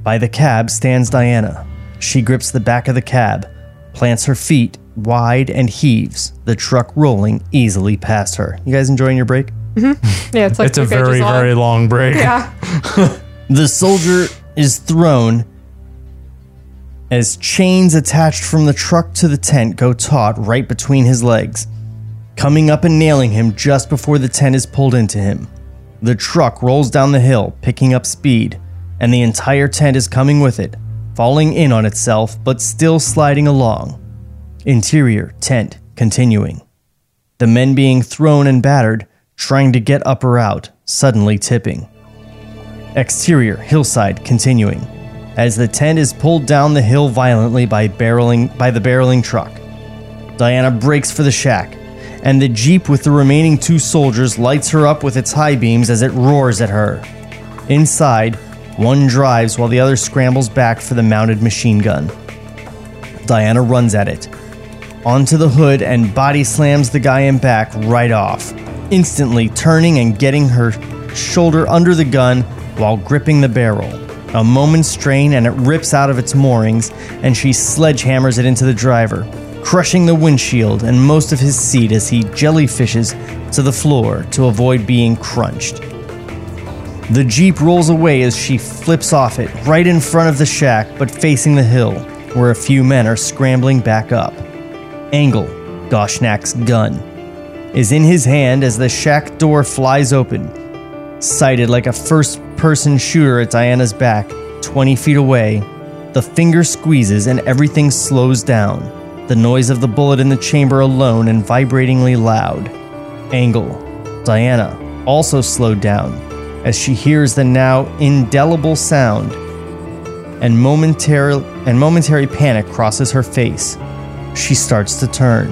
By the cab stands Diana. She grips the back of the cab, plants her feet wide, and heaves, the truck rolling easily past her. You guys enjoying your break?
Yeah, it's like
It's a very, very long break.
Yeah.
The soldier is thrown as chains attached from the truck to the tent go taut right between his legs. coming up and nailing him just before the tent is pulled into him. The truck rolls down the hill, picking up speed, and the entire tent is coming with it, falling in on itself but still sliding along. Interior tent continuing. The men being thrown and battered, trying to get up or out, suddenly tipping. Exterior hillside continuing. As the tent is pulled down the hill violently by barreling by the barreling truck. Diana breaks for the shack, and the Jeep with the remaining two soldiers lights her up with its high beams as it roars at her. Inside, one drives while the other scrambles back for the mounted machine gun. Diana runs at it, onto the hood, and body slams the guy in back right off, instantly turning and getting her shoulder under the gun while gripping the barrel. A moment's strain and it rips out of its moorings, and she sledgehammers it into the driver, crushing the windshield and most of his seat as he jellyfishes to the floor to avoid being crunched. The Jeep rolls away as she flips off it, right in front of the shack, but facing the hill, where a few men are scrambling back up. Angle, Goshnak's gun, is in his hand as the shack door flies open, sighted like a first person shooter at Diana's back, 20 feet away. The finger squeezes and everything slows down, the noise of the bullet in the chamber alone and vibratingly loud. Angle, Diana, also slowed down as she hears the now indelible sound and momentary and momentary panic crosses her face. She starts to turn.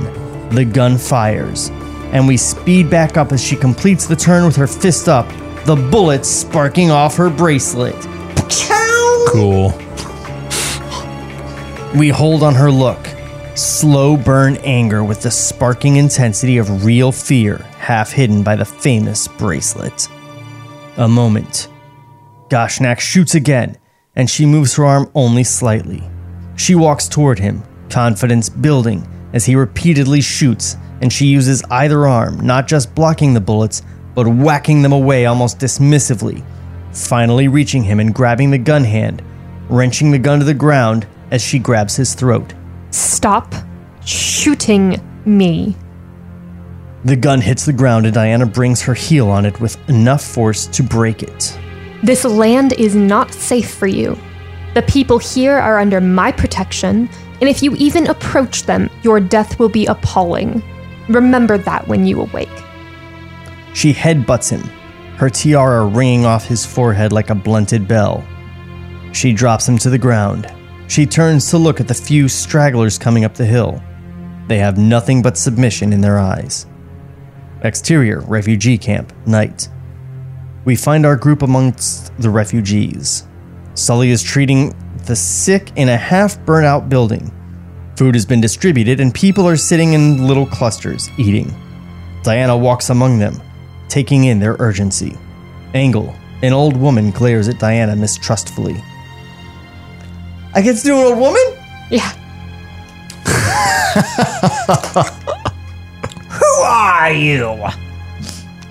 The gun fires, and we speed back up as she completes the turn with her fist up, the bullet sparking off her bracelet.
Cool.
We hold on her look. Slow burn anger with the sparking intensity of real fear, half hidden by the famous bracelet. A moment. Goshnak shoots again, and she moves her arm only slightly. She walks toward him, confidence building as he repeatedly shoots, and she uses either arm, not just blocking the bullets, but whacking them away almost dismissively, finally reaching him and grabbing the gun hand, wrenching the gun to the ground as she grabs his throat.
Stop shooting me.
The gun hits the ground, and Diana brings her heel on it with enough force to break it.
This land is not safe for you. The people here are under my protection, and if you even approach them, your death will be appalling. Remember that when you awake.
She headbutts him, her tiara ringing off his forehead like a blunted bell. She drops him to the ground. She turns to look at the few stragglers coming up the hill. They have nothing but submission in their eyes. Exterior refugee camp, night. We find our group amongst the refugees. Sully is treating the sick in a half burnout building. Food has been distributed, and people are sitting in little clusters, eating. Diana walks among them, taking in their urgency. Angle, an old woman, glares at Diana mistrustfully. I get to do an old woman?
Yeah,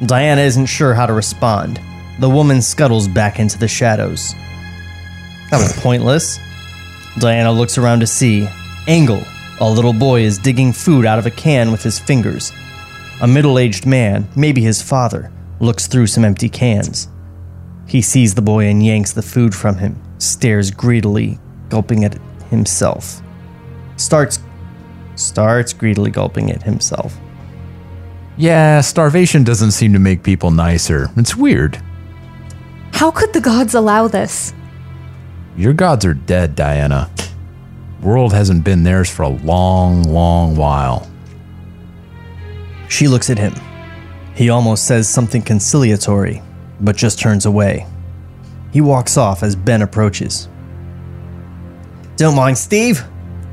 Diana isn't sure how to respond. The woman scuttles back into the shadows. That was pointless. Diana looks around to see. Angle, a little boy, is digging food out of a can with his fingers. A middle aged man, maybe his father, looks through some empty cans. He sees the boy and yanks the food from him, stares greedily, gulping at himself. Starts starts greedily gulping at himself.
Yeah, starvation doesn't seem to make people nicer. It's weird.
How could the gods allow this?
Your gods are dead, Diana. World hasn't been theirs for a long, long while.
She looks at him. He almost says something conciliatory, but just turns away. He walks off as Ben approaches. Don't mind Steve.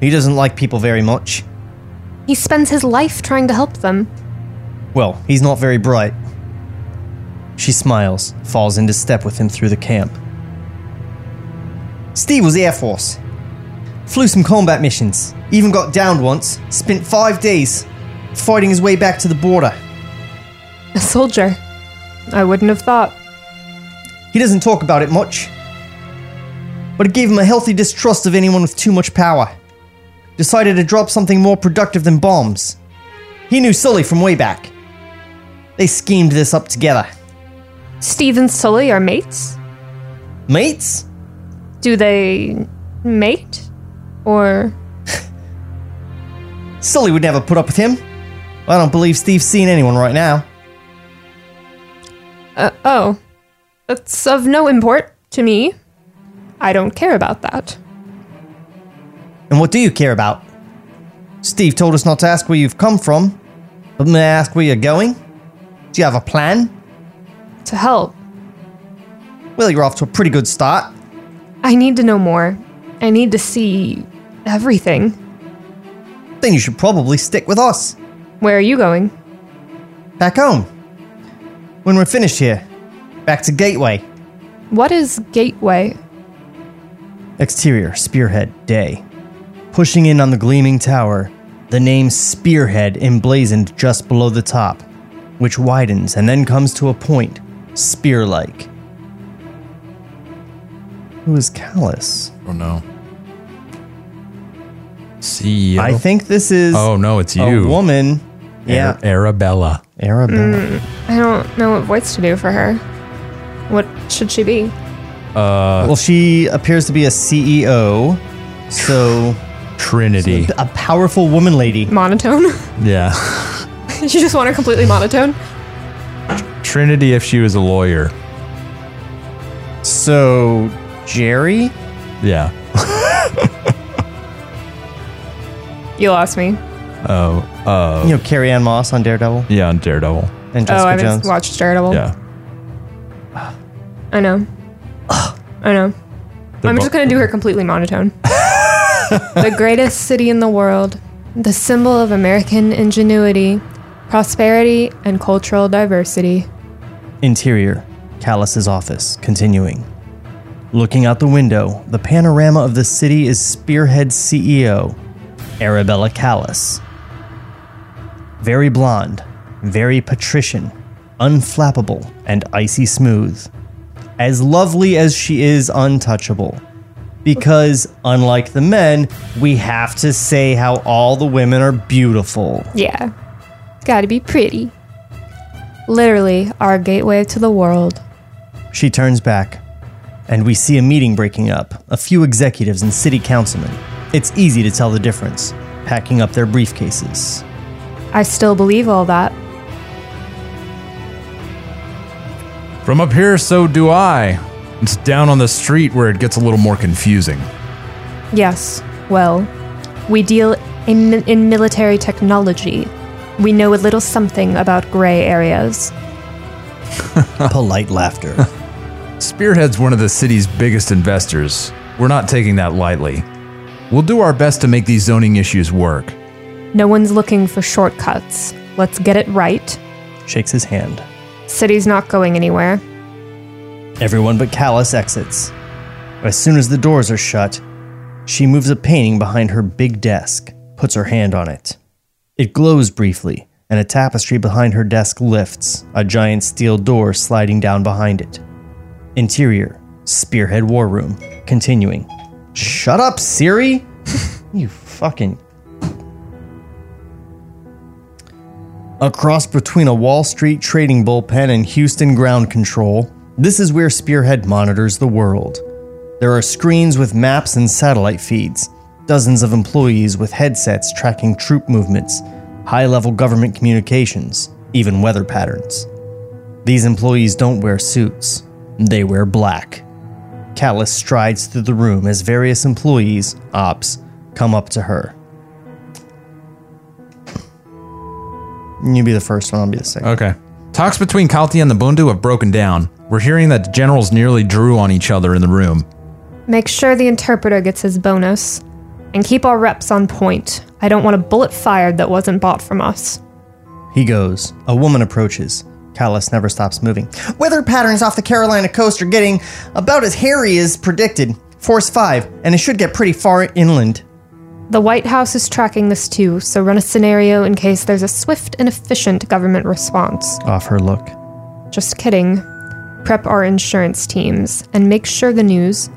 He doesn't like people very much.
He spends his life trying to help them.
Well, he's not very bright. She smiles, falls into step with him through the camp. Steve was Air Force. Flew some combat missions, even got downed once, spent five days fighting his way back to the border.
A soldier. I wouldn't have thought.
He doesn't talk about it much. But it gave him a healthy distrust of anyone with too much power. Decided to drop something more productive than bombs. He knew Sully from way back. They schemed this up together.
Steve and Sully are mates?
Mates?
Do they mate? Or
Sully would never put up with him. I don't believe Steve's seen anyone right now.
uh, oh. That's of no import to me. I don't care about that.
And what do you care about? Steve told us not to ask where you've come from, but may I ask where you're going? Do you have a plan?
To help.
Well, you're off to a pretty good start.
I need to know more. I need to see everything.
Then you should probably stick with us.
Where are you going?
Back home. When we're finished here, back to Gateway.
What is Gateway?
Exterior, Spearhead, day. Pushing in on the gleaming tower, the name Spearhead emblazoned just below the top, which widens and then comes to a point, spear like. Who is Callus?
Oh no. CEO.
I think this is
E Oh no, it's
a
you.
woman.
Ar-
Yeah.
Arabella.
Arabella.
I don't know what voice to do for her. What should she be?
uh,
Well, she appears to be a CEO, so
Trinity.
a powerful woman lady.
Monotone?
yeah.
you just want her completely monotone?
Trinity if she was a lawyer.
So, Jerry?
Yeah.
You lost me.
Oh, uh,
You know, Carrie Ann Moss on Daredevil
yeah, on Daredevil.
and
oh,
Jessica
I haven't
Jones.
watched Daredevil.
Yeah.
I know. I know. I'm just going to do her completely monotone. the greatest city in the world, the symbol of American ingenuity, prosperity, and cultural diversity.
Interior, Callus's office, continuing. Looking out the window, the panorama of the city is Spearhead CEO, Arabella Callus. Very blonde, very patrician, unflappable, and icy smooth. As lovely as she is untouchable. Because, unlike the men, we have to say how all the women are beautiful.
Yeah. Gotta be pretty. Literally, our gateway to the world.
She turns back, and we see a meeting breaking up a few executives and city councilmen. It's easy to tell the difference, packing up their briefcases.
I still believe all that.
From up here, so do I. It's down on the street where it gets a little more confusing.
Yes, well, we deal in, in military technology. We know a little something about gray areas.
Polite laughter.
Spearhead's one of the city's biggest investors. We're not taking that lightly. We'll do our best to make these zoning issues work.
No one's looking for shortcuts. Let's get it right.
Shakes his hand.
City's not going anywhere.
Everyone but Callus exits. As soon as the doors are shut, she moves a painting behind her big desk, puts her hand on it. It glows briefly, and a tapestry behind her desk lifts, a giant steel door sliding down behind it. Interior Spearhead War Room, continuing. Shut up, Siri! you fucking. A cross between a Wall Street trading bullpen and Houston ground control, this is where Spearhead monitors the world. There are screens with maps and satellite feeds, dozens of employees with headsets tracking troop movements, high level government communications, even weather patterns. These employees don't wear suits, they wear black. Callus strides through the room as various employees, ops, come up to her. You be the first one, I'll be the second.
Okay. Talks between Kalti and the Bundu have broken down. We're hearing that the generals nearly drew on each other in the room.
Make sure the interpreter gets his bonus. And keep our reps on point. I don't want a bullet fired that wasn't bought from us.
He goes. A woman approaches. Callus never stops moving. Weather patterns off the Carolina coast are getting about as hairy as predicted. Force 5, and it should get pretty far inland.
The White House is tracking this too, so run a scenario in case there's a swift and efficient government response.
Off her look.
Just kidding. Prep our insurance teams and make sure the news.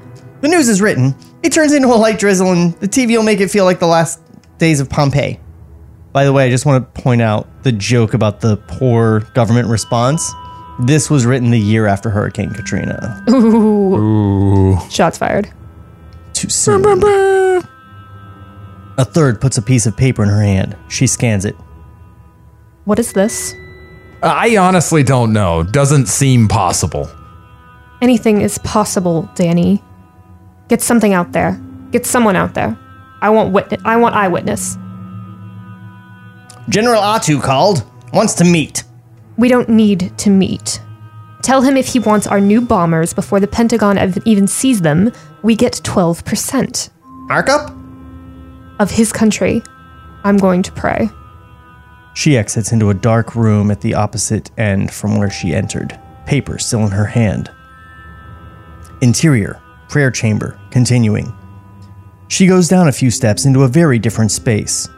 The news is written. It turns into a light drizzle, and the TV will make it feel like the last days of Pompeii. By the way, I just want to point out the joke about the poor government response. This was written the year after Hurricane Katrina.
Shots fired.
Too soon. A third puts a piece of paper in her hand. She scans it.
What is this?
I honestly don't know. Doesn't seem possible.
Anything is possible, Danny. Get something out there. Get someone out there. I want witness. I want eyewitness.
General Atu called, wants to meet.
We don't need to meet. Tell him if he wants our new bombers before the Pentagon ev- even sees them, we get 12%
Markup?
of his country. I'm going to pray.
She exits into a dark room at the opposite end from where she entered, paper still in her hand. Interior, prayer chamber, continuing. She goes down a few steps into a very different space,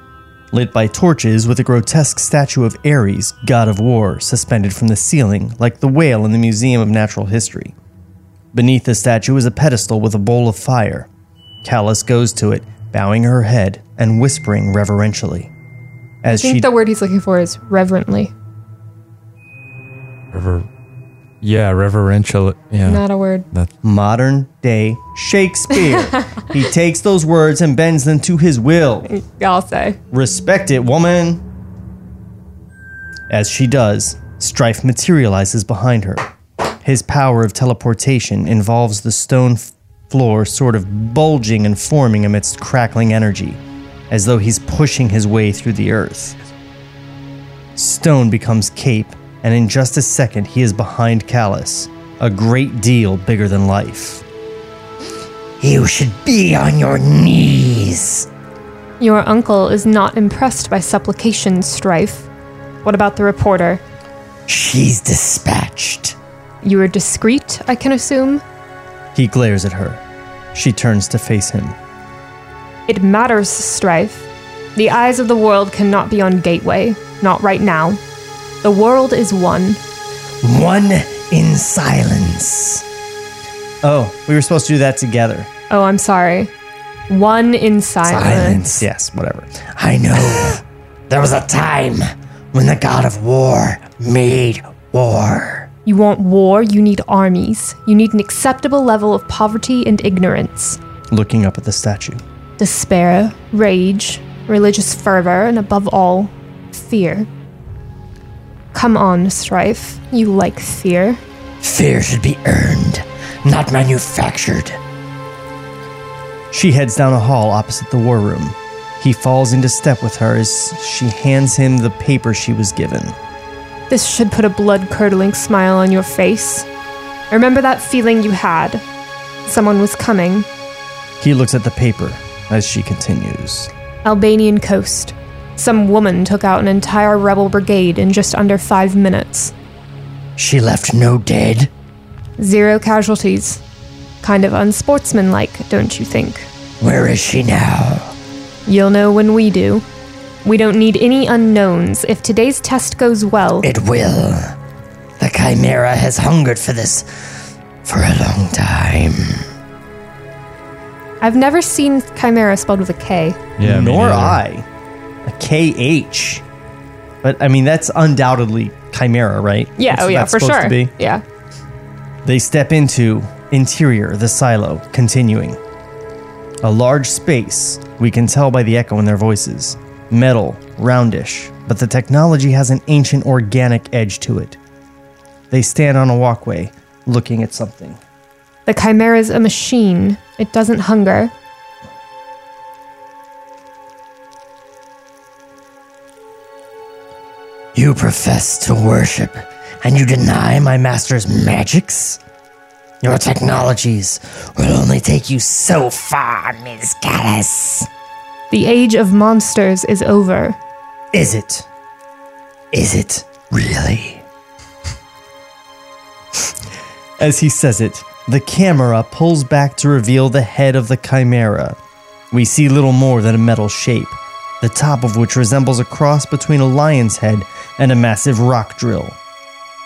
lit by torches with a grotesque statue of Ares, god of war, suspended from the ceiling like the whale in the Museum of Natural History. Beneath the statue is a pedestal with a bowl of fire. Callus goes to it, bowing her head and whispering reverentially. As
I think
she
the word he's looking for is reverently.
Rever- yeah, reverential. Yeah.
Not a word.
modern day Shakespeare. he takes those words and bends them to his will.
I'll say.
Respect it, woman. As she does, Strife materializes behind her. His power of teleportation involves the stone f- floor sort of bulging and forming amidst crackling energy, as though he's pushing his way through the earth. Stone becomes cape, and in just a second, he is behind Callus, a great deal bigger than life. You should be on your knees.
Your uncle is not impressed by supplication strife. What about the reporter?
She's dispatched.
You were discreet, I can assume.
He glares at her. She turns to face him.
It matters, Strife. The eyes of the world cannot be on Gateway, not right now. The world is one.
One in silence. Oh, we were supposed to do that together.
Oh, I'm sorry. One in silence.
Yes, whatever. I know. there was a time when the god of war made war.
You want war, you need armies. You need an acceptable level of poverty and ignorance.
Looking up at the statue.
Despair, rage, religious fervor, and above all, fear. Come on, Strife. You like fear.
Fear should be earned, not manufactured. She heads down a hall opposite the war room. He falls into step with her as she hands him the paper she was given.
This should put a blood curdling smile on your face. Remember that feeling you had. Someone was coming.
He looks at the paper as she continues.
Albanian coast. Some woman took out an entire rebel brigade in just under five minutes.
She left no dead.
Zero casualties. Kind of unsportsmanlike, don't you think?
Where is she now?
You'll know when we do. We don't need any unknowns. If today's test goes well,
It will. The Chimera has hungered for this for a long time.
I've never seen chimera spelled with a K.
Yeah, me
Nor
neither.
I. A KH. But I mean, that's undoubtedly Chimera, right?
Yeah,
That's
oh
what
yeah,
that's
for
supposed
sure.
to be.
Yeah.
They step into interior, the silo, continuing. A large space, we can tell by the echo in their voices. Metal, roundish, but the technology has an ancient organic edge to it. They stand on a walkway, looking at something.
The chimera's a machine. It doesn't hunger.
You profess to worship, and you deny my master's magics? Your technologies will only take you so far, Miss Callis.
The age of monsters is over.
Is it? Is it really? As he says it, the camera pulls back to reveal the head of the chimera. We see little more than a metal shape, the top of which resembles a cross between a lion's head and a massive rock drill.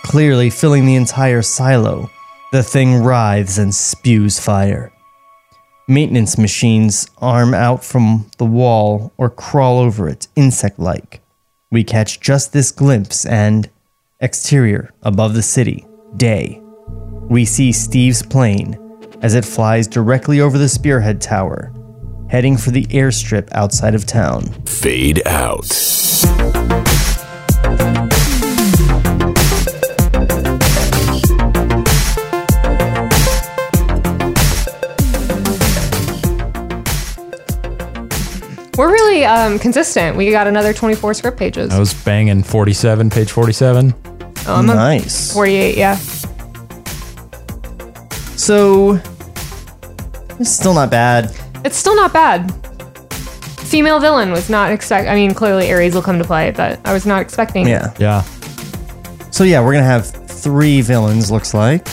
Clearly filling the entire silo, the thing writhes and spews fire. Maintenance machines arm out from the wall or crawl over it, insect like. We catch just this glimpse and exterior above the city, day. We see Steve's plane as it flies directly over the Spearhead Tower, heading for the airstrip outside of town.
Fade out.
We're really um, consistent. We got another 24 script pages.
I was banging 47, page 47.
Oh, I'm on
Nice.
48, yeah.
So, it's still not bad.
It's still not bad. Female villain was not expect. I mean, clearly Ares will come to play, but I was not expecting.
Yeah.
Yeah.
So yeah, we're gonna have three villains. Looks like,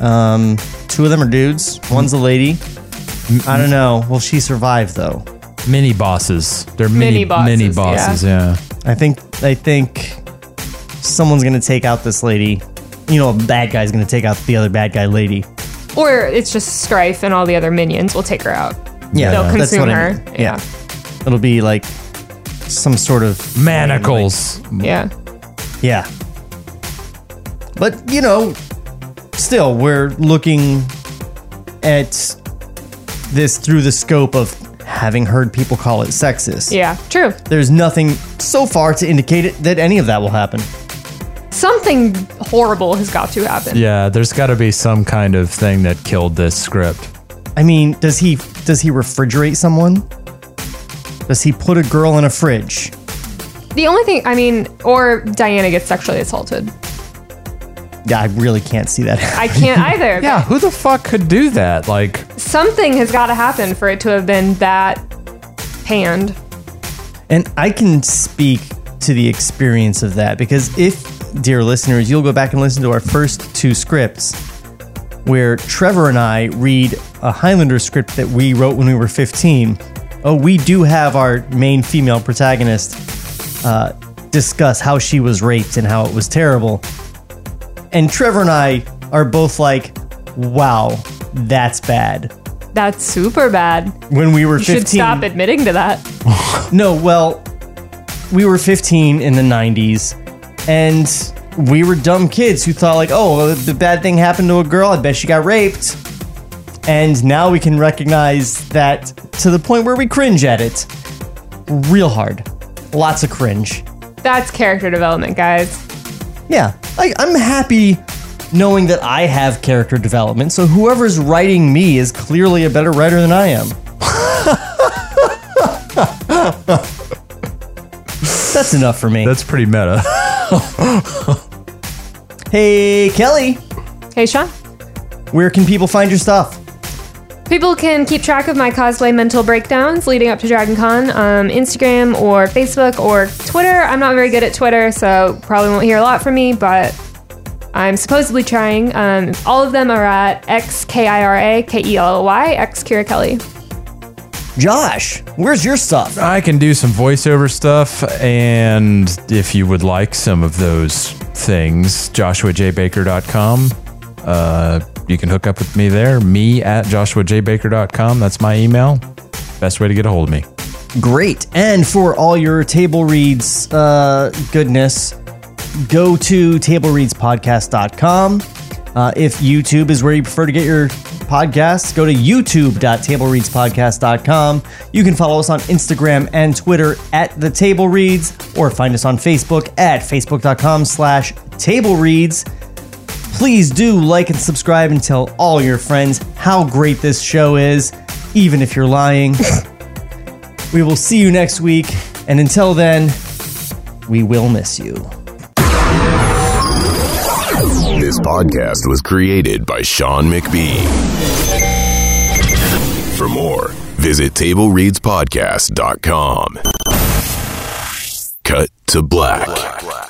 um, two of them are dudes. One's a lady. I don't know. Will she survive though?
Mini bosses. They're
Mini
mini,
bosses,
mini bosses, yeah.
I think. I think someone's gonna take out this lady. You know, a bad guy's gonna take out the other bad guy lady.
Or it's just Strife and all the other minions will take her out.
Yeah,
They'll
that's
consume
what I
her.
mean. Yeah. It'll be like some sort of
Manacles.
Yeah.
Yeah. But, you know, still, we're looking at this through the scope of having heard people call it sexist.
Yeah. True.
There's nothing so far to indicate it, that any of that will happen.
Something horrible has got to happen.
Yeah, there's got to be some kind of thing that killed this script.
I mean, does he does he refrigerate someone? Does he put a girl in a fridge?
The only thing, I mean, or Diana gets sexually assaulted.
Yeah, I really can't see that.
I can't either.
Yeah, who the fuck could do that? Like,
Something has got to happen for it to have been that panned.
And I can speak to the experience of that because if, dear listeners, you'll go back and listen to our first two scripts where Trevor and I read a Highlander script that we wrote when we were 15. Oh, we do have our main female protagonist uh, discuss how she was raped and how it was terrible. And Trevor and I are both like, wow, that's bad.
That's super bad.
When we were
You
15.
should stop admitting to that.
No, well, we were 15 in the 90s, and we were dumb kids who thought, like, oh, the bad thing happened to a girl. I bet she got raped. And now we can recognize that to the point where we cringe at it real hard. Lots of cringe.
That's character development, guys.
Yeah, I, I'm happy knowing that I have character development, so whoever's writing me is clearly a better writer than I am. That's enough for me.
that's pretty meta.
hey, Kelly,
Hey, Sean.
where can people find your stuff?
People can keep track of my cosplay mental breakdowns leading up to Dragon Con, um, Instagram or Facebook or Twitter. I'm not very good at Twitter, so probably won't hear a lot from me, but I'm supposedly trying. Um, all of them are at X K I R A K E L L Y, X Kira Kelly.
Josh, where's your stuff?
I can do some voiceover stuff, and if you would like some of those things, joshuajbaker.com. Uh, you can hook up with me there. Me at joshuajbaker.com. That's my email. Best way to get a hold of me.
Great. And for all your table reads uh, goodness, go to tablereadspodcast.com. Uh, if YouTube is where you prefer to get your podcasts, go to youtube.tablereadspodcast.com. You can follow us on Instagram and Twitter at The Table Reads or find us on Facebook at facebook.com slash table reads. Please do like and subscribe and tell all your friends how great this show is, even if you're lying. We will see you next week. And until then, we will miss you.
This podcast was created by Sean McBee. For more, visit TableReadsPodcast.com. Cut to black.